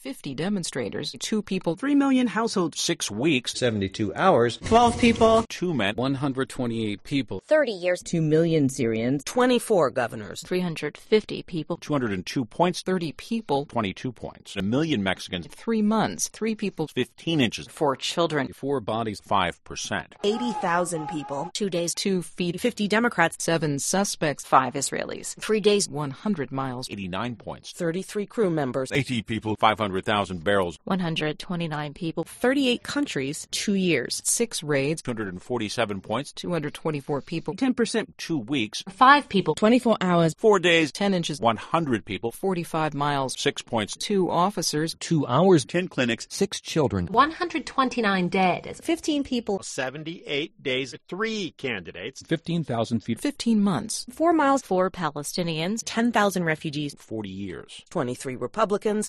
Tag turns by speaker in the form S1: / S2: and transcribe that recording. S1: 50 demonstrators, two people,
S2: 3 million households,
S3: six weeks,
S4: 72 hours,
S5: 12 people,
S3: two men, 128 people,
S6: 30 years,
S7: 2 million Syrians,
S8: 24 governors,
S1: 350 people,
S3: 202 points,
S1: 30 people,
S3: 22 points, a million Mexicans,
S1: three months, three people,
S3: 15 inches,
S8: four children,
S3: four bodies, 5%,
S8: 80,000 people,
S1: two days, two feet,
S8: 50 Democrats,
S1: seven suspects,
S8: five Israelis,
S1: three days, 100 miles,
S3: 89 points,
S8: 33 crew members,
S3: 80 people, 500,000 barrels,
S1: 129 people,
S8: 38 countries, two years,
S1: six raids,
S3: 247 points,
S1: 224 people,
S2: 10%,
S3: two weeks,
S7: five people, 24 hours,
S3: four days,
S1: 10 inches,
S3: 100 people,
S1: 45 miles,
S3: six points,
S1: two officers,
S9: two hours,
S3: 10 clinics,
S9: six children,
S7: 129 dead,
S8: 15 people,
S4: 78 days, 3 candidates,
S9: 15,000 feet,
S1: 15 months,
S7: four miles, four Palestinians,
S8: 10,000 refugees,
S3: 40 years.
S8: 23 Republicans,